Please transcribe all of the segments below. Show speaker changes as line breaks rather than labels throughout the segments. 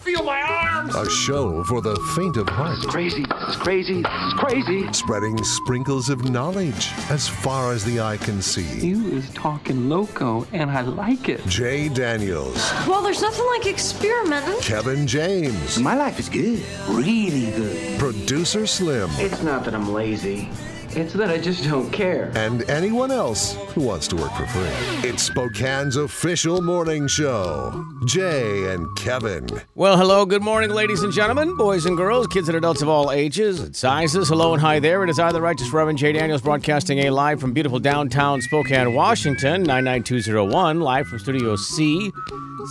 feel my arms.
A show for the faint of heart.
crazy. It's crazy. It's crazy.
Spreading sprinkles of knowledge as far as the eye can see.
You is talking loco, and I like it.
Jay Daniels,
Well, there's nothing like experimenting.
Kevin James,
My life is good. Really good.
producer Slim,
It's not that I'm lazy. It's that I just don't care.
and anyone else who wants to work for free. It's Spokane's official morning show. Jay and Kevin.
Well, hello, good morning, ladies and gentlemen, boys and girls, kids and adults of all ages and sizes. Hello and hi there. It is I, the Righteous Reverend J. Daniels, broadcasting a live from beautiful downtown Spokane, Washington, 99201, live from Studio C,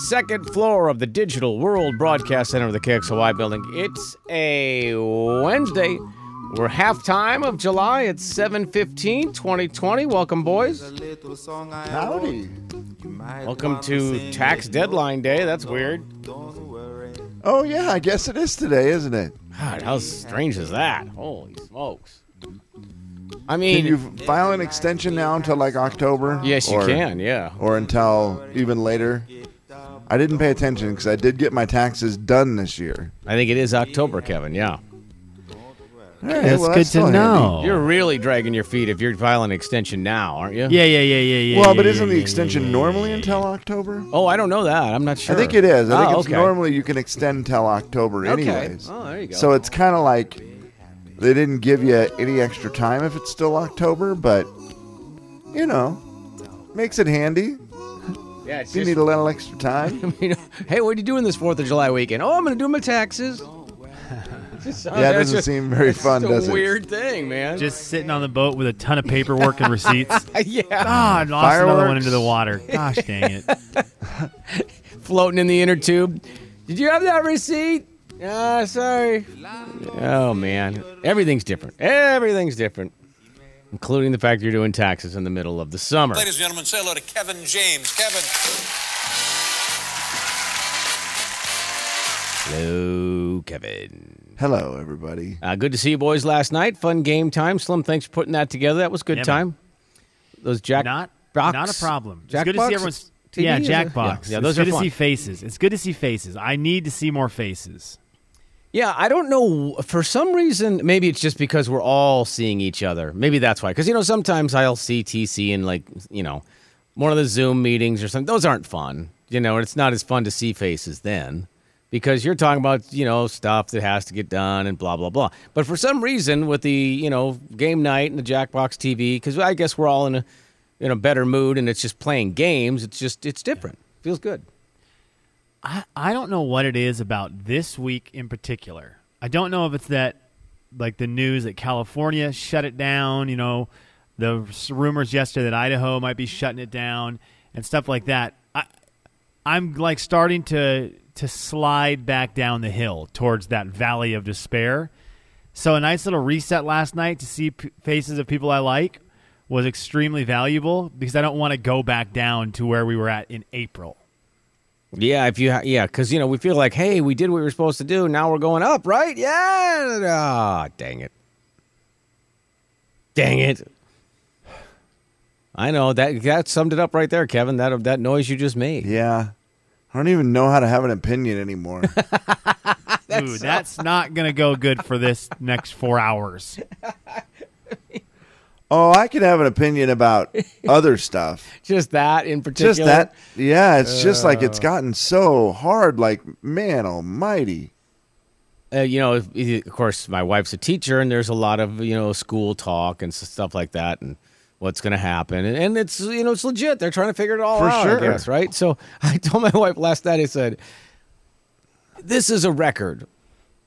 second floor of the Digital World Broadcast Center of the KXOY building. It's a Wednesday. We're halftime of July. It's 715, 2020. Welcome, boys.
Howdy.
Welcome to tax deadline day. That's weird.
Oh yeah, I guess it is today, isn't it?
God, how strange is that? Holy smokes. I
Can
mean,
you file an extension now until like October?
yes, you
Or-
can, yeah.
Or until even later. I didn't pay attention because I did get my taxes done this year.
I think it is October, Kevin, yeah.
that's well, good that's to
Oh,
still know.
You're really dragging your feet if you're filing an extension now, aren't you?
Yeah, yeah, yeah, yeah, yeah.
well,
yeah,
but
yeah,
isn't the
yeah,
extension
yeah, yeah,
normally
yeah,
until October?
Oh, I don't know that. I'm not
I
sure.
think it is. I think
Oh,
it's
okay.
normally you can extend till October,
Okay.
anyways.
Oh, there you go.
So it's kind of like they didn't give you any extra time if it's still October, but you know, makes it handy.
Yeah, it's
You
just-
need a little extra time.
you know, hey, what are you doing this 4th of July weekend? Oh, I'm going to do my taxes. Just-
Yeah, it
that's
doesn't
just-
seem very
it's
fun,
just a
does it?
weird thing, man.
Just sitting on the boat with a ton of paperwork and receipts.
yeah.
God, Ah, lost another one
Fireworks.
into the water. Gosh dang it.
floating in the inner tube. Did you have that receipt? Ah, sorry. Oh man, everything's different. Everything's different, including the fact you're doing taxes in the middle of the summer.
Ladies and gentlemen, say hello to Kevin James. Kevin.
Hello, Kevin.
Hello, everybody.
Uh, good to see you boys last night. Fun game time. Slim, thanks for putting that together. That was good
Yeah, man.
time. Those jack
Not
box-
not a problem. It's
Jack
good to
box
see everyone's
TV
Yeah,
is a-
Jackbox.
Yeah, yeah,
it's
those
good
are
to
fun.
see faces. It's good to see faces. I need to see more faces.
Yeah, I don't know. For some reason, maybe it's just because we're all seeing each other. Maybe that's why. Because, you know, sometimes I'll see TC in, like, you know, one of the Zoom meetings or something. Those aren't fun. You know, it's not as fun to see faces then because you're talking about, you know, stuff that has to get done and blah, blah, blah. But for some reason, with the, you know, game night and the Jackbox TV, because I guess we're all in a, in a better mood and it's just playing games, it's just, it's different. Feels good.
I, I don't know what it is about this week in particular. I don't know if it's that, like the news that California shut it down, you know, the s- rumors yesterday that Idaho might be shutting it down and stuff like that. I, I'm like starting to, to slide back down the hill towards that valley of despair. So a nice little reset last night to see p- faces of people I like was extremely valuable because I don't want to go back down to where we were at in April.
Yeah, if you ha- yeah, because you know we feel like hey, we did what we were supposed to do. Now we're going up, right? Yeah. Ah, dang it. Dang it. I know that that summed it up right there, Kevin. That that noise you just made.
Yeah. I don't even know how to have an opinion anymore.
Ooh, that's not going to go good for this next four hours.
oh, I can have an opinion about other stuff.
Just that in particular.
Just that. Yeah, it's just like
Uh.
it's gotten so hard. Like, man almighty.
uh, you know, if- of course, my wife's a teacher, and there's a lot of you know school talk and s- stuff like that, and what's going to happen, and, and it's you know it's legit. They're trying to figure it all
For
out, I
sure.
guess, right? So I told my wife last night. I said, "This is a record.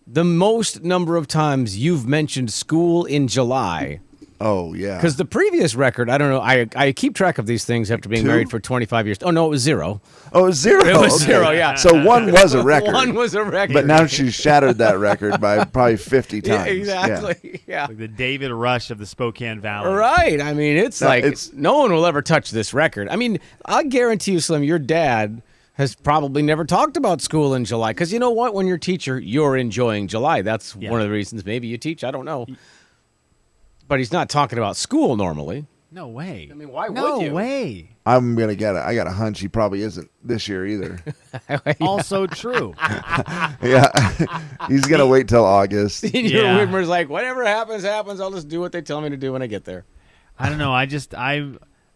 The most number of times you've mentioned school in July."
Oh, yeah.
Because the previous record, I don't know, I I keep track of these things after being
Two?
married for 25 years. Oh no, it was zero.
Oh, it was zero.
It was
Okay.
zero, yeah.
So one was a record.
One was a record.
but now she's shattered that record by probably 50
Yeah,
times.
exactly. yeah.
Like the David Rush of the Spokane Valley.
Right. I mean, it's
No,
like
it's-
no one will ever touch this record. I mean, I guarantee you, Slim, your dad has probably never talked about school in July. Because you know what? When you're a teacher, you're enjoying July. That's
Yeah.
one of the reasons maybe you teach. I don't know. But he's not talking about school normally.
No way. I
mean, why
no
would you?
way.
I'm gonna get it. I got a hunch he probably isn't this year either.
Also true.
yeah, he's gonna wait till August.
Senior
Yeah.
Widmer's like, whatever happens, happens. I'll just do what they tell me to do when I get there.
I don't know. I just I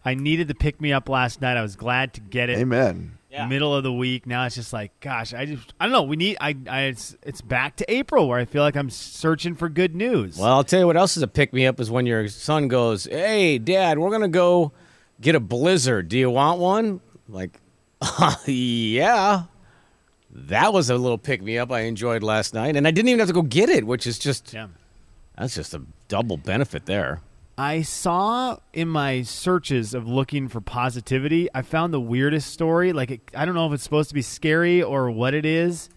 I needed the pick me up last night. I was glad to get it.
Amen.
Yeah.
Middle of the week. Now it's just like, gosh, I just I don't know. We need I, I it's it's back to April where I feel like I'm searching for good news.
Well, I'll tell you what else is a pick me up is when your son goes, "Hey, Dad, we're gonna go get a blizzard. Do you want one?" Like, yeah. That was a little pick me up I enjoyed last night, and I didn't even have to go get it, which is just
Yeah.
that's just a double benefit there.
I saw in my searches of looking for positivity, I found the weirdest story. Like, it, I don't know if it's supposed to be scary or what it is.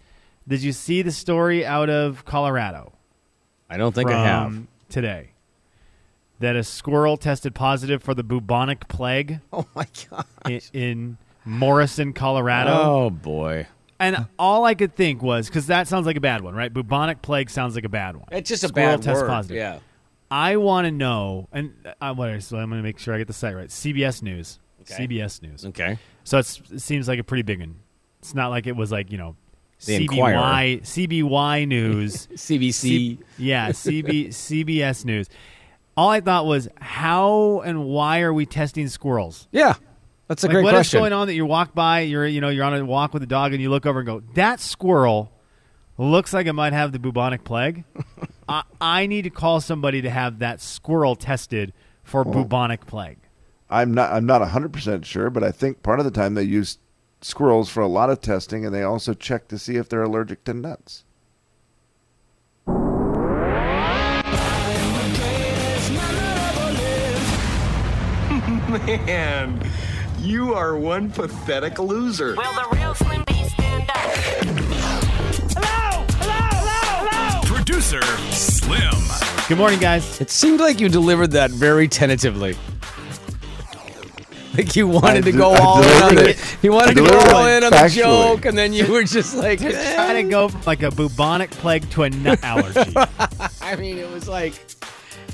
Did you see the story out of Colorado
I don't think
from
I have.
today? That a squirrel tested positive for the bubonic plague
Oh my god.
in, in Morrison, Colorado.
Oh boy.
And all I could think was because that sounds like a bad one, right? Bubonic plague sounds like a bad one.
It's just a
Squirrel
bad
test
word.
positive.
Yeah.
I want to know, and I what so I'm going to make sure I get the site right. CBS News.
Okay.
CBS News.
Okay.
So it's, it seems like a pretty big one. It's not like it was like you know,
The
CBY
Inquirer.
CBY News.
CBC.
C- yeah, CB, CBS News. All I thought was, how and why are we testing squirrels?
yeah. That's a
Like,
great
what is
question.
going on that you walk by, you're you know you're on a walk with a dog, and you look over and go, that squirrel looks like it might have the bubonic plague. I, I need to call somebody to have that squirrel tested for bubonic plague.
I'm not. I'm not 100 percent sure, but I think part of the time they use squirrels for a lot of testing, and they also check to see if they're allergic to nuts.
Man, you are one pathetic loser.
Will the real Slim Beast stand up?
Producer Slim.
Good morning, guys.
It seemed like you delivered that very tentatively. Like you wanted to
I
go
de- I
all in on
delivered
the,
it.
you wanted
I
to go
delivered
all
it
in on the
factually.
joke, and then you were just like, "Eh."
Just trying to go from like a bubonic plague to a nut allergy.
I mean, it was like,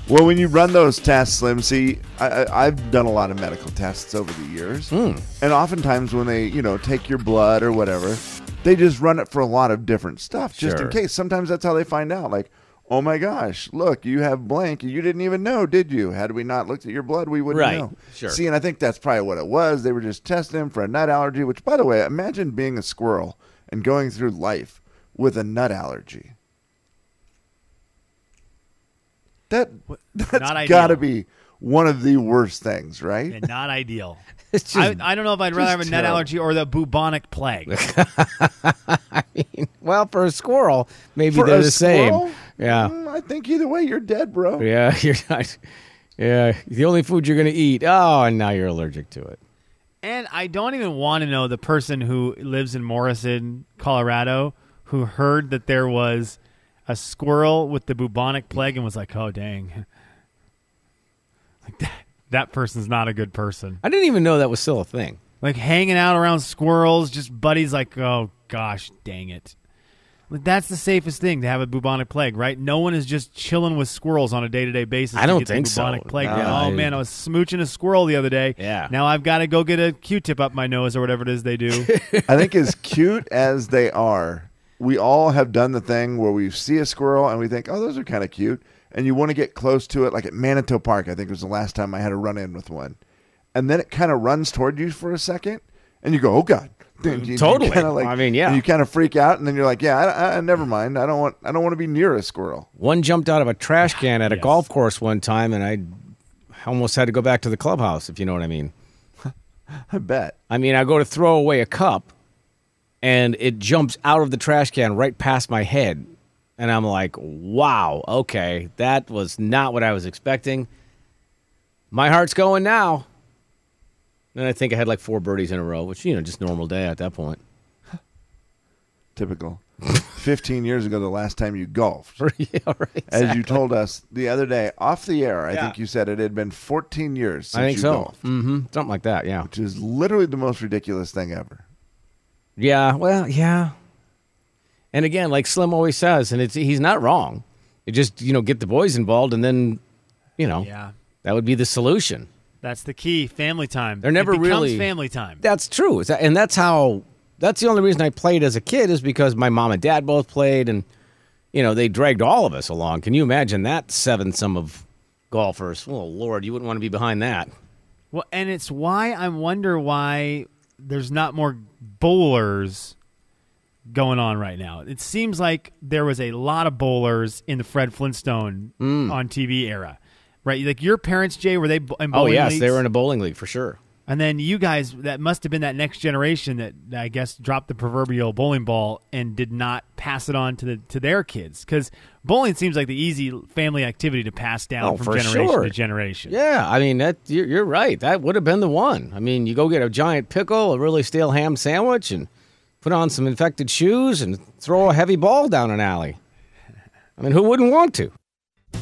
Well, when you run those tests, Slim, see, I, I, I've done a lot of medical tests over the years,
Hmm.
and oftentimes when they, you know, take your blood or whatever, they just run it for a lot of different stuff, just
Sure.
in case. Sometimes that's how they find out. Like, oh my gosh, look, you have blank. You didn't even know, did you? Had we not looked at your blood, we wouldn't
Right.
know.
Sure.
See, and I think that's probably what it was. They were just testing him for a nut allergy. Which, by the way, imagine being a squirrel and going through life with a nut allergy. That
not
that's got to
ideal.
be one of the worst things, right?
and not ideal.
it's just
I, I don't know if I'd rather have a nut
terrible.
allergy or the bubonic plague.
well for a squirrel. Maybe
For
they're
a
the
squirrel?
same. Yeah,
Mm, I think either way, you're dead, bro.
yeah, you're not. Yeah, the only food you're gonna eat. Oh, and now you're allergic to it.
and I don't even want to know the person who lives in Morrison, Colorado, who heard that there was a squirrel with the bubonic plague and was like, "Oh dang." Like that that person's not a good person.
I didn't even know that was still a thing.
like hanging out around squirrels. Just buddies, like, oh gosh, dang it. Like, that's the safest thing to have a bubonic plague, right? No one is just chilling with squirrels on a day to day basis.
I
to
don't
get
think
the
so.
bubonic plague.
No,
oh
I-
man, I was smooching a squirrel the other day.
Yeah.
Now I've got to go get a Q-tip up my nose or whatever it is they do.
I think as cute as they are, we all have done the thing where we see a squirrel and we think, oh, those are kind of cute. And you want to get close to it, like at Manitou Park, I think was the last time I had a run in with one. And then it kind of runs toward you for a second, and you go, oh, God. Then you- you
Totally.
kinda like-
I mean, yeah.
and You kind of freak out, and then you're like, "Yeah, I, I- I, never mind. I don't want. I don't want to be near a squirrel."
One jumped out of a trash can at a
Yes.
golf course one time, and I almost had to go back to the clubhouse, if you know what I mean.
I bet.
I mean, I go to throw away a cup and it jumps out of the trash can right past my head. And I'm like, wow, okay, that was not what I was expecting. My heart's going now. And I think I had like four birdies in a row, which, you know, just normal day at that point.
Typical. Fifteen years ago, the last time you golfed,
yeah, right.
as you told us the other day off the air, I
Yeah.
think you said it had been 14 years since
I think
you
so.
golfed,
hmm Something like that, yeah.
which is literally the most ridiculous thing ever.
Yeah, well, yeah. And again, like Slim always says, and it's he's not wrong. It just you know get the boys involved, and then you know
Yeah.
that would be the solution.
That's the key. Family time.
They're never
it becomes
really-
family time.
That's true, Is that- and that's how. That's the only reason I played as a kid is because my mom and dad both played, and you know they dragged all of us along. Can you imagine that seven sum of golfers? Oh Lord, you wouldn't want to be behind that.
Well, and it's why I wonder why there's not more bowlers going on right now. It seems like there was a lot of bowlers in the Fred Flintstone
Mm.
on TV era, right? Like your parents, Jay, were they bo- in
Oh
bowling
yes, they
leagues?
were in a bowling league for sure.
And then you guys, that must have been that next generation that I guess dropped the proverbial bowling ball and did not pass it on to the to their kids because bowling seems like the easy family activity to pass down
Oh,
from
for
generation
sure.
to generation.
Yeah, I mean that you're, you're right. That would have been the one. I mean, you go get a giant pickle, a really stale ham sandwich, and put on some infected shoes and throw a heavy ball down an alley. I mean, who wouldn't want to?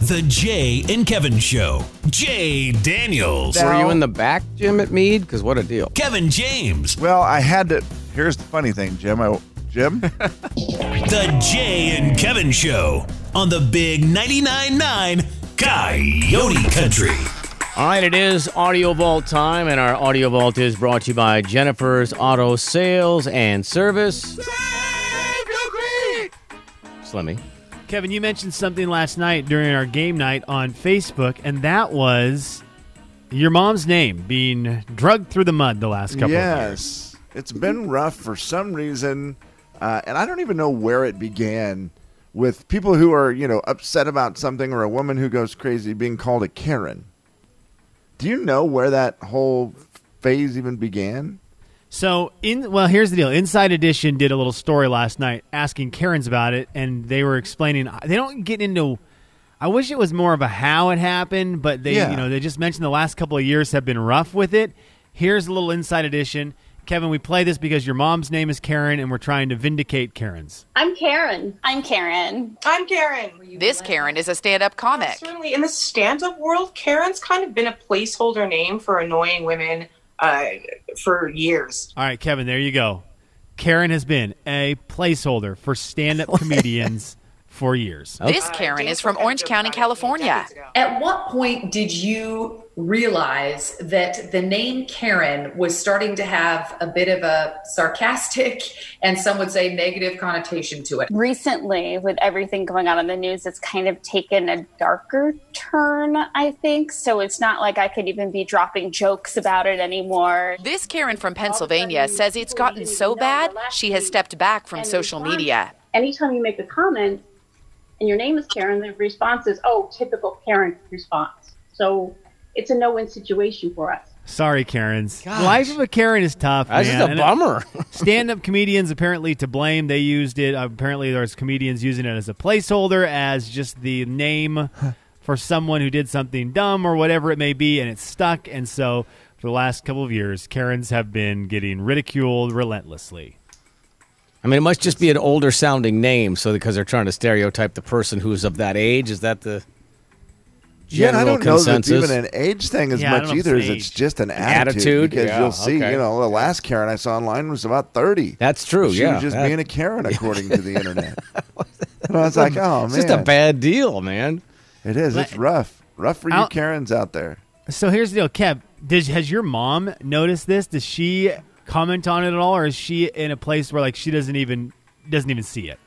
The Jay and Kevin Show. Jay Daniels.
Were you in the back, Jim, at Mead? Because what a deal.
Kevin James.
Well, I had to. Here's the funny thing, Jim. I, Jim,
The Jay and Kevin Show on the Big 99.9 9 Coyote Country.
All right, it is Audio Vault time, and our Audio Vault is brought to you by Jennifer's Auto Sales and Service. Slimmy.
Kevin, you mentioned something last night during our game night on Facebook, and that was your mom's name being drugged through the mud the last couple of years.
yes, it's been rough for some reason, uh, and I don't even know where it began. With people who are you know upset about something, or a woman who goes crazy being called a Karen. Do you know where that whole phase even began?
So in well, here's the deal. Inside Edition did a little story last night asking Karens about it, and they were explaining uh, they don't get into. I wish it was more of a how it happened, but they
Yeah.
you know they just mentioned the last couple of years have been rough with it. Here's a little Inside Edition, Kevin. We play this because your mom's name is Karen, and we're trying to vindicate Karens.
I'm Karen. I'm Karen.
I'm Karen.
This Karen is a stand up comic.
Certainly, in the stand up world, Karen's kind of been a placeholder name for annoying women uh, for years.
All right, Kevin, there you go. Karen has been a placeholder for stand up comedians for years.
This Karen is from Orange County, California.
At what point did you realize that the name Karen was starting to have a bit of a sarcastic and some would say negative connotation to it?
Recently, with everything going on in the news, it's kind of taken a darker turn, I think. So it's not like I could even be dropping jokes about it anymore.
This Karen from Pennsylvania says it's gotten so bad she has stepped back from social media.
anytime you make a comment and your name is Karen, the response is, oh, typical Karen response. So it's a no win situation for us.
Sorry, Karens. The Life of a Karen is tough.
That's just
man.
a
And
bummer.
stand up comedians apparently to blame. They used it. Apparently, there's comedians using it as a placeholder, as just the name for someone who did something dumb or whatever it may be, and it's stuck. And so, for the last couple of years, Karens have been getting ridiculed relentlessly.
I mean, it must just be an older sounding name, so because they're trying to stereotype the person who's of that age. Is that the general
yeah, and I don't
consensus?
know that it's even an age thing as
Yeah, I
much
don't know if
either
it's
as it's
age.
just an
An
attitude.
attitude?
because
Yeah,
you'll see,
okay.
you know, the last Karen I saw online was about thirty.
That's true.
She
yeah,
was just
that-
being a Karen according to the internet. And I was like, oh man,
It's just a bad deal, man.
It is. It's rough. Rough for you,
I'll-
Karens out there.
So here's the deal, Kev. Does has your mom noticed this? Does she comment on it at all, or is she in a place where like she doesn't even doesn't even see it?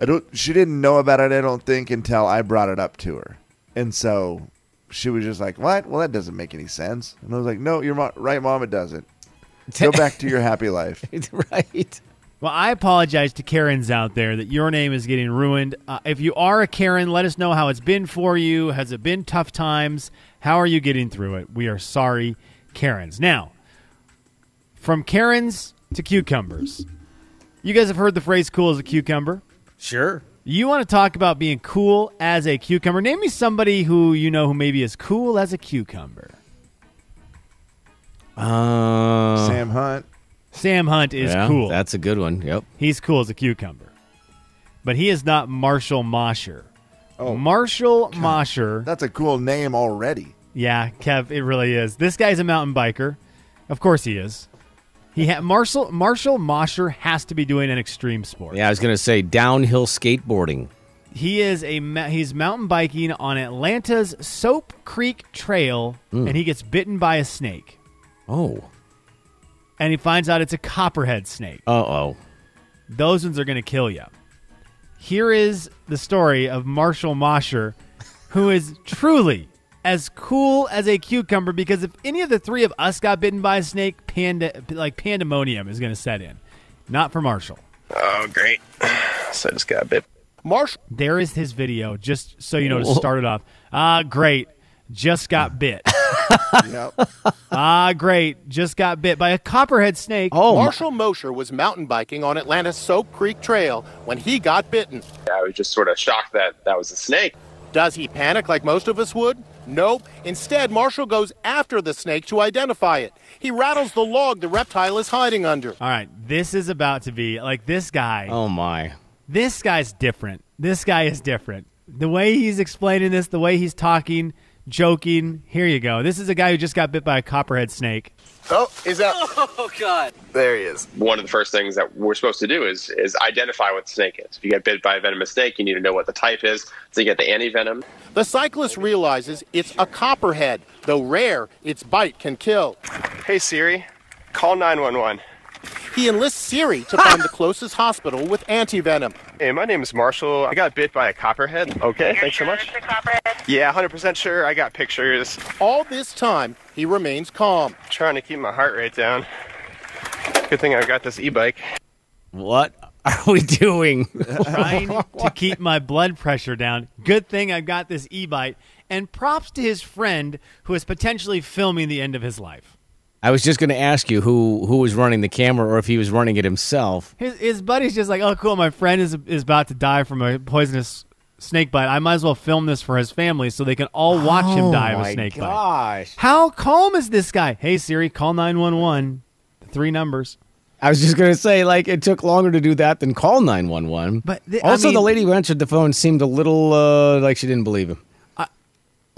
I don't. She didn't know about it. I don't think until I brought it up to her, and so she was just like, "What? Well, that doesn't make any sense." And I was like, "No, you're mo- right, mom. It doesn't. Go back to your happy life."
right.
Well, I apologize to Karens out there that your name is getting ruined. Uh, if you are a Karen, let us know how it's been for you. Has it been tough times? How are you getting through it? We are sorry, Karens. Now, from Karens to cucumbers. You guys have heard the phrase cool as a cucumber?
Sure.
You want to talk about being cool as a cucumber? Name me somebody who you know who maybe is cool as a cucumber.
Uh,
Sam Hunt.
Sam Hunt is
yeah,
cool.
That's a good one. Yep.
He's cool as a cucumber. But he is not Marshall Mosher. Oh. Marshall Mosher.
That's a cool name already.
Yeah, Kev, it really is. This guy's a mountain biker. Of course he is. He ha- Marshall Marshall Mosher has to be doing an extreme sport.
Yeah, I was gonna say downhill skateboarding.
He is a ma- he's mountain biking on Atlanta's Soap Creek Trail,
Mm.
and he gets bitten by a snake.
Oh.
And he finds out it's a copperhead snake.
Uh oh.
Those ones are going to kill you. Here is the story of Marshall Mosher, who is truly as cool as a cucumber. Because if any of the three of us got bitten by a snake, panda like pandemonium is going to set in. Not for Marshall.
Oh, great. So I just got bit. Marshall.
There is his video, just so you know, to start it off. Ah, great. Just got bit. Ah, great. Just got bit by a copperhead snake.
Marshall Mosher was mountain biking on Atlanta's Soap Creek Trail when he got bitten.
I was just sort of shocked that that was a snake.
Does he panic like most of us would? Nope. Instead, Marshall goes after the snake to identify it. He rattles the log the reptile is hiding under.
All right, this is about to be like this guy.
Oh my.
This guy's different. This guy is different. The way he's explaining this, the way he's talking, joking. Here you go. This is a guy who just got bit by a copperhead snake.
Oh, he's out. Oh God. There he is. One of the first things that we're supposed to do is is identify what the snake is. If you get bit by a venomous snake, you need to know what the type is. So you get the antivenom.
The cyclist realizes it's a copperhead. Though rare, its bite can kill. Hey Siri, call 911. He enlists Siri to find the closest hospital with antivenom.
Hey, my name is Marshall. I got bit by a copperhead. Okay, thanks so much. Yeah, 100% sure. I got pictures.
All this time, he remains calm.
Trying to keep my heart rate down. Good thing I've got this e-bike.
What are we doing?
Trying to keep my blood pressure down. Good thing I've got this e bite. And props to his friend who is potentially filming the end of his life.
I was just gonna ask you who who was running the camera or if he was running it himself.
His, his buddy's just like, oh, cool. My friend is is about to die from a poisonous snake bite. I might as well film this for his family so they can all watch him die of a snake bite. How calm is this guy? Hey Siri, call nine one one. Three numbers.
I was just gonna say, like, it took longer to do that than call nine one one. But
the- I
also, the
mean-
lady who answered the phone seemed a little uh, like she didn't believe him.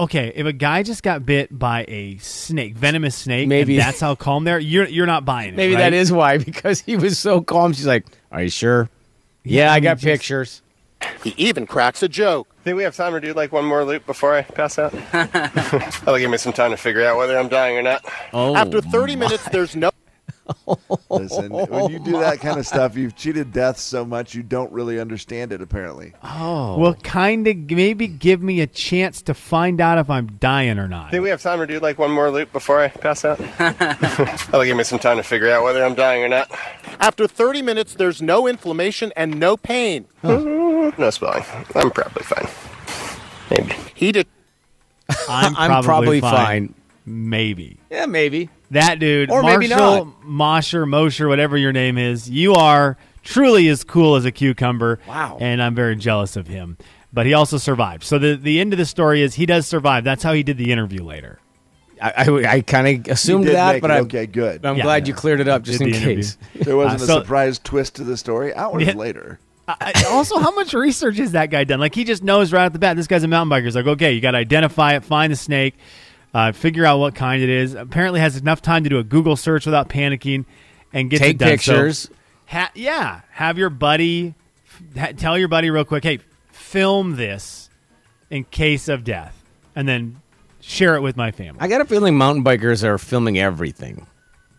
Okay, if a guy just got bit by a snake, venomous snake,
Maybe-
maybe that's how calm they're. You're you're not buying it.
Maybe
right?
that is why, because he was so calm. She's like, "Are you sure? Yeah, I got pictures."
He even cracks a joke.
Think we have time to do like one more loop before I pass out? That'll give me some time to figure out whether I'm dying or not.
Oh,
After
30 minutes, there's no.
Listen, when you do that kind of stuff, you've cheated death so much you don't really understand it, apparently.
Oh, well, kind of maybe give me a chance to find out if I'm dying or not.
Think we have time to do like one more loop before I pass out? That'll give me some time to figure out whether I'm dying or not.
After 30 minutes, there's no inflammation and no pain.
No spelling. I'm probably fine. Maybe.
He did.
I'm probably,
I'm probably fine.
Maybe.
Yeah, maybe.
That dude,
Or
Marshall
maybe
Mosher, Mosher, whatever your name is, you are truly as cool as a cucumber. Wow. And I'm very jealous of him. But he also survived. So the, the end of the story is he does survive. That's how he did the interview later.
I I, I kind of assumed
did
that,
make
but
it.
I'm
Okay, good.
I'm
Yeah.
glad you cleared it up just
Did
in
the interview.
case.
There wasn't
Uh,
a
so-
surprise twist to the story hours
Yeah.
later.
I- also, how much research has that guy done? Like, he just knows right off the bat this guy's a mountain biker. He's like, okay, you got to identify it, find the snake, uh, figure out what kind it is. Apparently, has enough time to do a Google search without panicking and get
Take
it done. So,
pictures.
ha- yeah, have your buddy ha- tell your buddy real quick. Hey, film this in case of death, and then share it with my family.
I got a feeling mountain bikers are filming everything.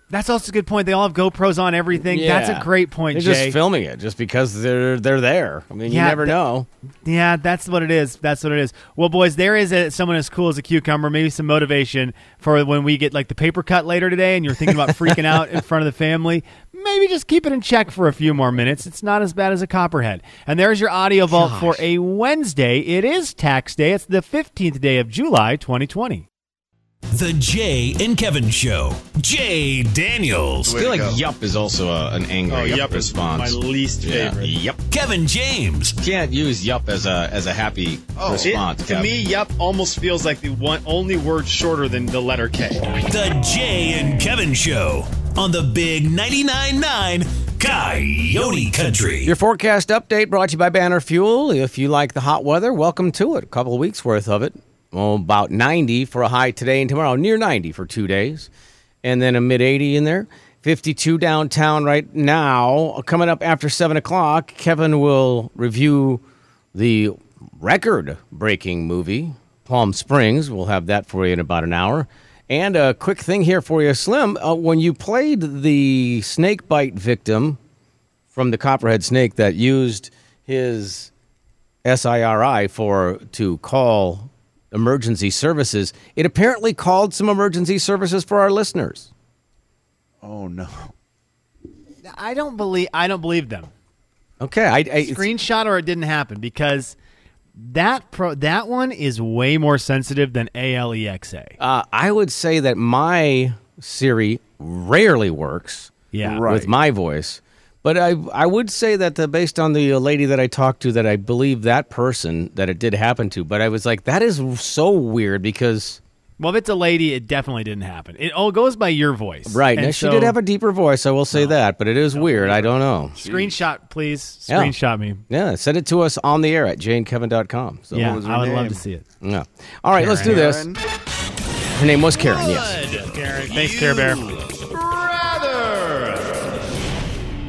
That's also a good point. They all have GoPros on everything. That's
Yeah.
a great point,
They're
Jay.
just filming it just because they're they're there. I mean, you
Yeah,
never
th-
know.
Yeah, that's what it is. That's what it is. Well, boys, there is a, someone as cool as a cucumber. Maybe some motivation for when we get like the paper cut later today, and you're thinking about freaking out in front of the family. Maybe just keep it in check for a few more minutes. It's not as bad as a copperhead. And there's your audio vault for a Wednesday. It is tax day. It's the 15th day of July, 2020.
The Jay and Kevin Show. Jay Daniels.
I feel Way to like go.
Yup is also
an angry
Oh, yup is
response.
my least favorite.
Yep.
Kevin James
can't use yup as a as a happy
Oh,
response.
It- to
Kev.
me, yep almost feels like the one only word shorter than the letter K.
The Jay and Kevin Show on the Big 99.9 9 Coyote Country.
Your forecast update brought to you by Banner Fuel. If you like the hot weather, welcome to it. A couple of weeks worth of it. Well, about 90 for a high today and tomorrow, near 90 for two days, and then a mid 80 in there. 52 downtown right now. Coming up after 7 o'clock, Kevin will review the record breaking movie, Palm Springs. We'll have that for you in about an hour. And a quick thing here for you, Slim. Uh, when you played the snake bite victim from the copperhead snake that used his SIRI for to call emergency services, it apparently called some emergency services for our listeners.
Oh no.
I don't believe I don't believe them.
Okay, I, I
screenshot or it didn't happen because that pro that one is way more sensitive than E ALEXA.
Uh, I would say that my Siri rarely works.
Yeah.
with
Right.
my voice, but I I would say that the, based on the lady that I talked to, that I believe that person that it did happen to. But I was like, that is so weird because
Well, if it's a lady, it definitely didn't happen. It all goes by your voice,
right
And
now
so-
she did have a deeper voice. I will say that, but it is weird. I don't know.
screenshot, please.
Yeah.
Screenshot me.
Yeah, send it to us on the air at janekevin.com. So
Yeah, What was her I would love name? to see it.
Yeah. All right, let's do this.
Karen.
Her name was Karen, yes.
Karen, thanks, Care Bear.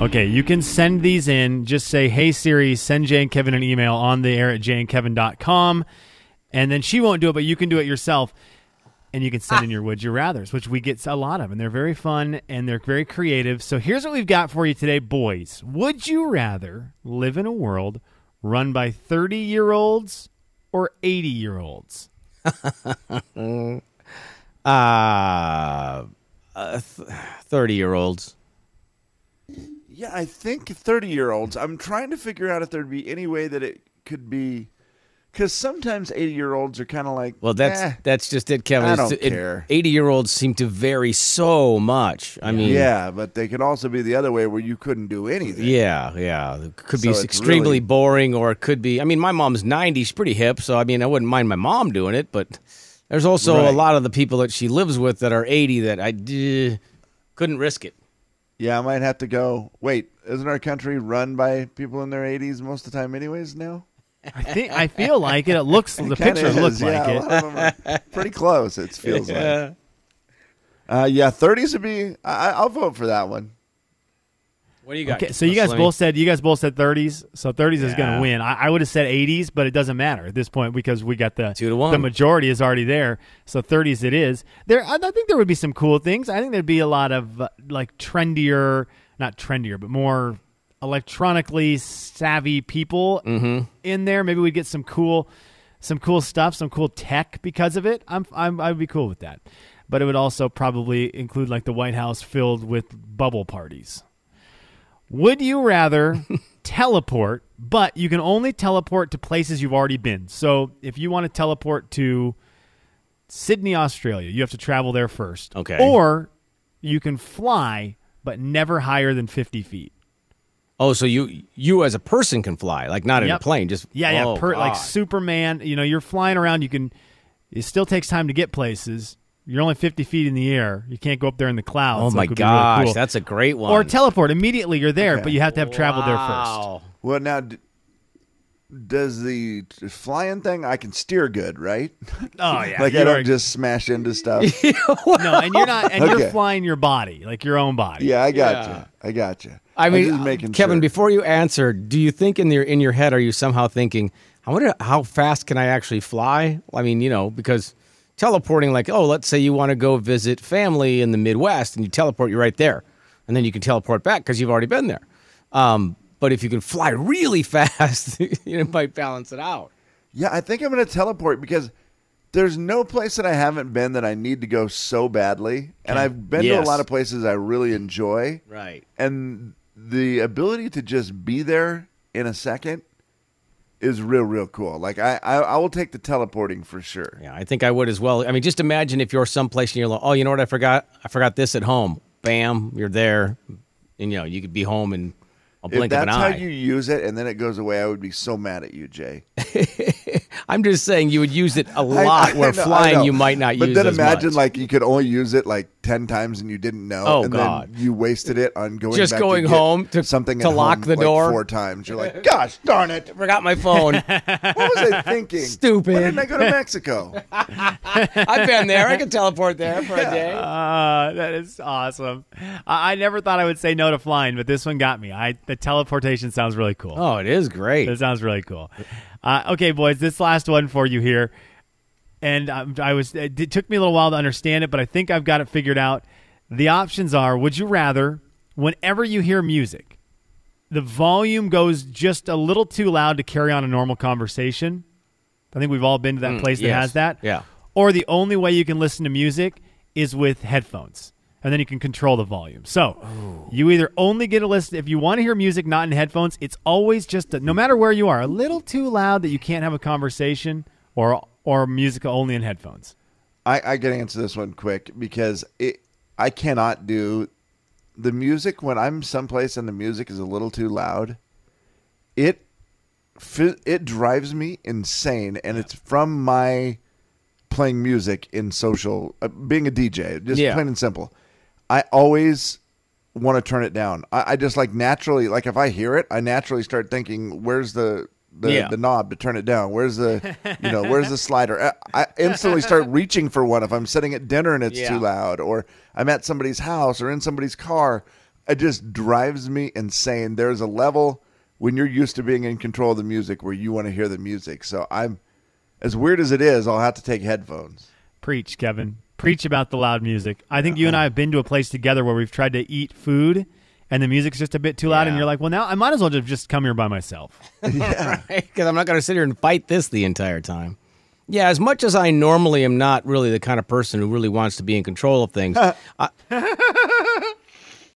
Okay, you can send these in. Just say, hey, Siri, send Jay and Kevin an email on the air at janeandkevin.com. And then she won't do it, but you can do it yourself. And you can send in
Ah.
your would you rathers, which we get a lot of. And they're very fun and they're very creative. So here's what we've got for you today, boys. Would you rather live in a world run by 30 year olds or 80 year olds?
uh, uh, th- 30 year olds.
Yeah, I think 30 year olds. I'm trying to figure out if there'd be any way that it could be. Because sometimes 80 year olds are kind of like.
Well, that's
eh,
that's just it, Kevin.
I
It's-
don't
it-
care.
80 year olds seem to vary so much. I mean,
yeah, but they could also be the other way where you couldn't do anything.
Yeah, yeah. It could be
So it's
extremely
really-
boring, or it could be. I mean, my mom's 90. She's pretty hip, so I mean, I wouldn't mind my mom doing it, but there's also a
Right.
lot of the people that she lives with that are 80 that I d- couldn't risk it.
Yeah, I might have to go. Wait, isn't our country run by people in their 80s most of the time, anyways, now?
I think I feel like it. It looks the
kinda
picture looks
is, yeah,
like
a
it.
lot of them are pretty close, it feels
Yeah.
like. Uh, yeah, 30s would be. I, I'll vote for that one.
What do you
Okay, so you guys both said you guys both said 30s. So 30s is going
Yeah.
to win. I, I would have said 80s, but it doesn't matter at this point because we got the
Two to one.
The majority is already there. So 30s it is. There, I, I think there would be some cool things. I think there'd be a lot of uh, like trendier, not trendier, but more electronically savvy people
Mhm.
in there. Maybe we'd get some cool, some cool stuff, some cool tech because of it. I'm, I'm I'd be cool with that. But it would also probably include like the White House filled with bubble parties. Would you rather teleport, but you can only teleport to places you've already been? So if you want to teleport to Sydney, Australia, you have to travel there first.
Okay.
Or you can fly, but never higher than 50 feet.
Oh, so you you as a person can fly, like not in a
Yep.
plane, just
Yeah, yeah.
Oh,
per, like
God.
Superman, you know, you're flying around. You can, it still takes time to get places. You're only 50 feet in the air. You can't go up there in the clouds.
Oh
so it
my
could be really
gosh,
cool.
that's a great one.
Or teleport. Immediately you're there,
Okay.
but you have to have traveled there first.
Well, now, d- does the t- flying thing? I can steer good, right?
Oh, yeah.
like
You
I don't
are-
just smash into stuff.
no, and you're not, and you're
Okay.
flying your body, like your own body.
yeah, I got you. I got you.
I
I'm
mean, uh,
just making
Kevin,
sure.
before you answer, do you think in your in your head are you somehow thinking, I wonder how fast can I actually fly? I mean, you know, because teleporting, like, oh, let's say you want to go visit family in the Midwest, and you teleport, you're right there, and then you can teleport back because you've already been there. Um, but if you can fly really fast, it might balance it out.
yeah, I think I'm going to teleport because there's no place that I haven't been that I need to go so badly, and
Okay.
I've been to
Yes.
a lot of places I really enjoy.
Right.
and the ability to just be there in a second is real, real cool. Like I, I, I will take the teleporting for sure.
Yeah, I think I would as well. I mean, just imagine if you're someplace and you're like, oh, you know what? I forgot. I forgot this at home. Bam, you're there, and you know you could be home in a
If
blink of an
that's how
eye.
you use it and then it goes away, I would be so mad at you, Jay.
I'm just saying you would use it a lot. where
know, I
flying,
know.
you might not
but
use.
then
as
imagine
much.
like you could only use it like ten times and you didn't know.
Oh,
and
God.
Then you wasted it on going
Just
back
going
to get
home to-
something
to
at
lock
home,
the
like,
door.
four times. You're like, gosh darn it!
Forgot my phone.
what was I thinking?
Stupid.
Why didn't I go to Mexico?
I've been there. I can teleport there for a day.
Uh, that is awesome. I, I never thought I would say no to flying, but this one got me. I the teleportation sounds really cool.
Oh, it is great.
That sounds really cool. Uh, okay, boys, this last one for you here, and um, I was it did- took me a little while to understand it, but I think I've got it figured out. The options are: Would you rather, whenever you hear music, the volume goes just a little too loud to carry on a normal conversation? I think we've all been to that
Mm,
place that
yes.
has that
Yeah.
or the only way you can listen to music is with headphones and then you can control the volume so you either only get a list if you want to hear music not in headphones it's always just a, no matter where you are a little too loud that you can't have a conversation or or music only in headphones
I, I gotta answer this one quick because it I cannot do the music when I'm someplace and the music is a little too loud. It fi- it drives me insane, and it's from my playing music in social, uh, being a DJ, just
Yeah.
plain and simple. I always want to turn it down. I, I just like naturally, like if I hear it, I naturally start thinking, "Where's the the,
Yeah.
the knob to turn it down? Where's the you know where's the slider?" I, I instantly start reaching for one if I'm sitting at dinner and it's
Yeah.
too loud, or I'm at somebody's house or in somebody's car. It just drives me insane. There's a level when you're used to being in control of the music where you want to hear the music. So I'm as weird as it is, I'll have to take headphones.
preach kevin preach about the loud music i think you and i have been to a place together where we've tried to eat food and the music's just a bit too loud and you're like well now i might as well have just come here by myself
Because I'm not going to sit here and fight this the entire time. Yeah, as much as I normally am not really the kind of person who really wants to be in control of things, I,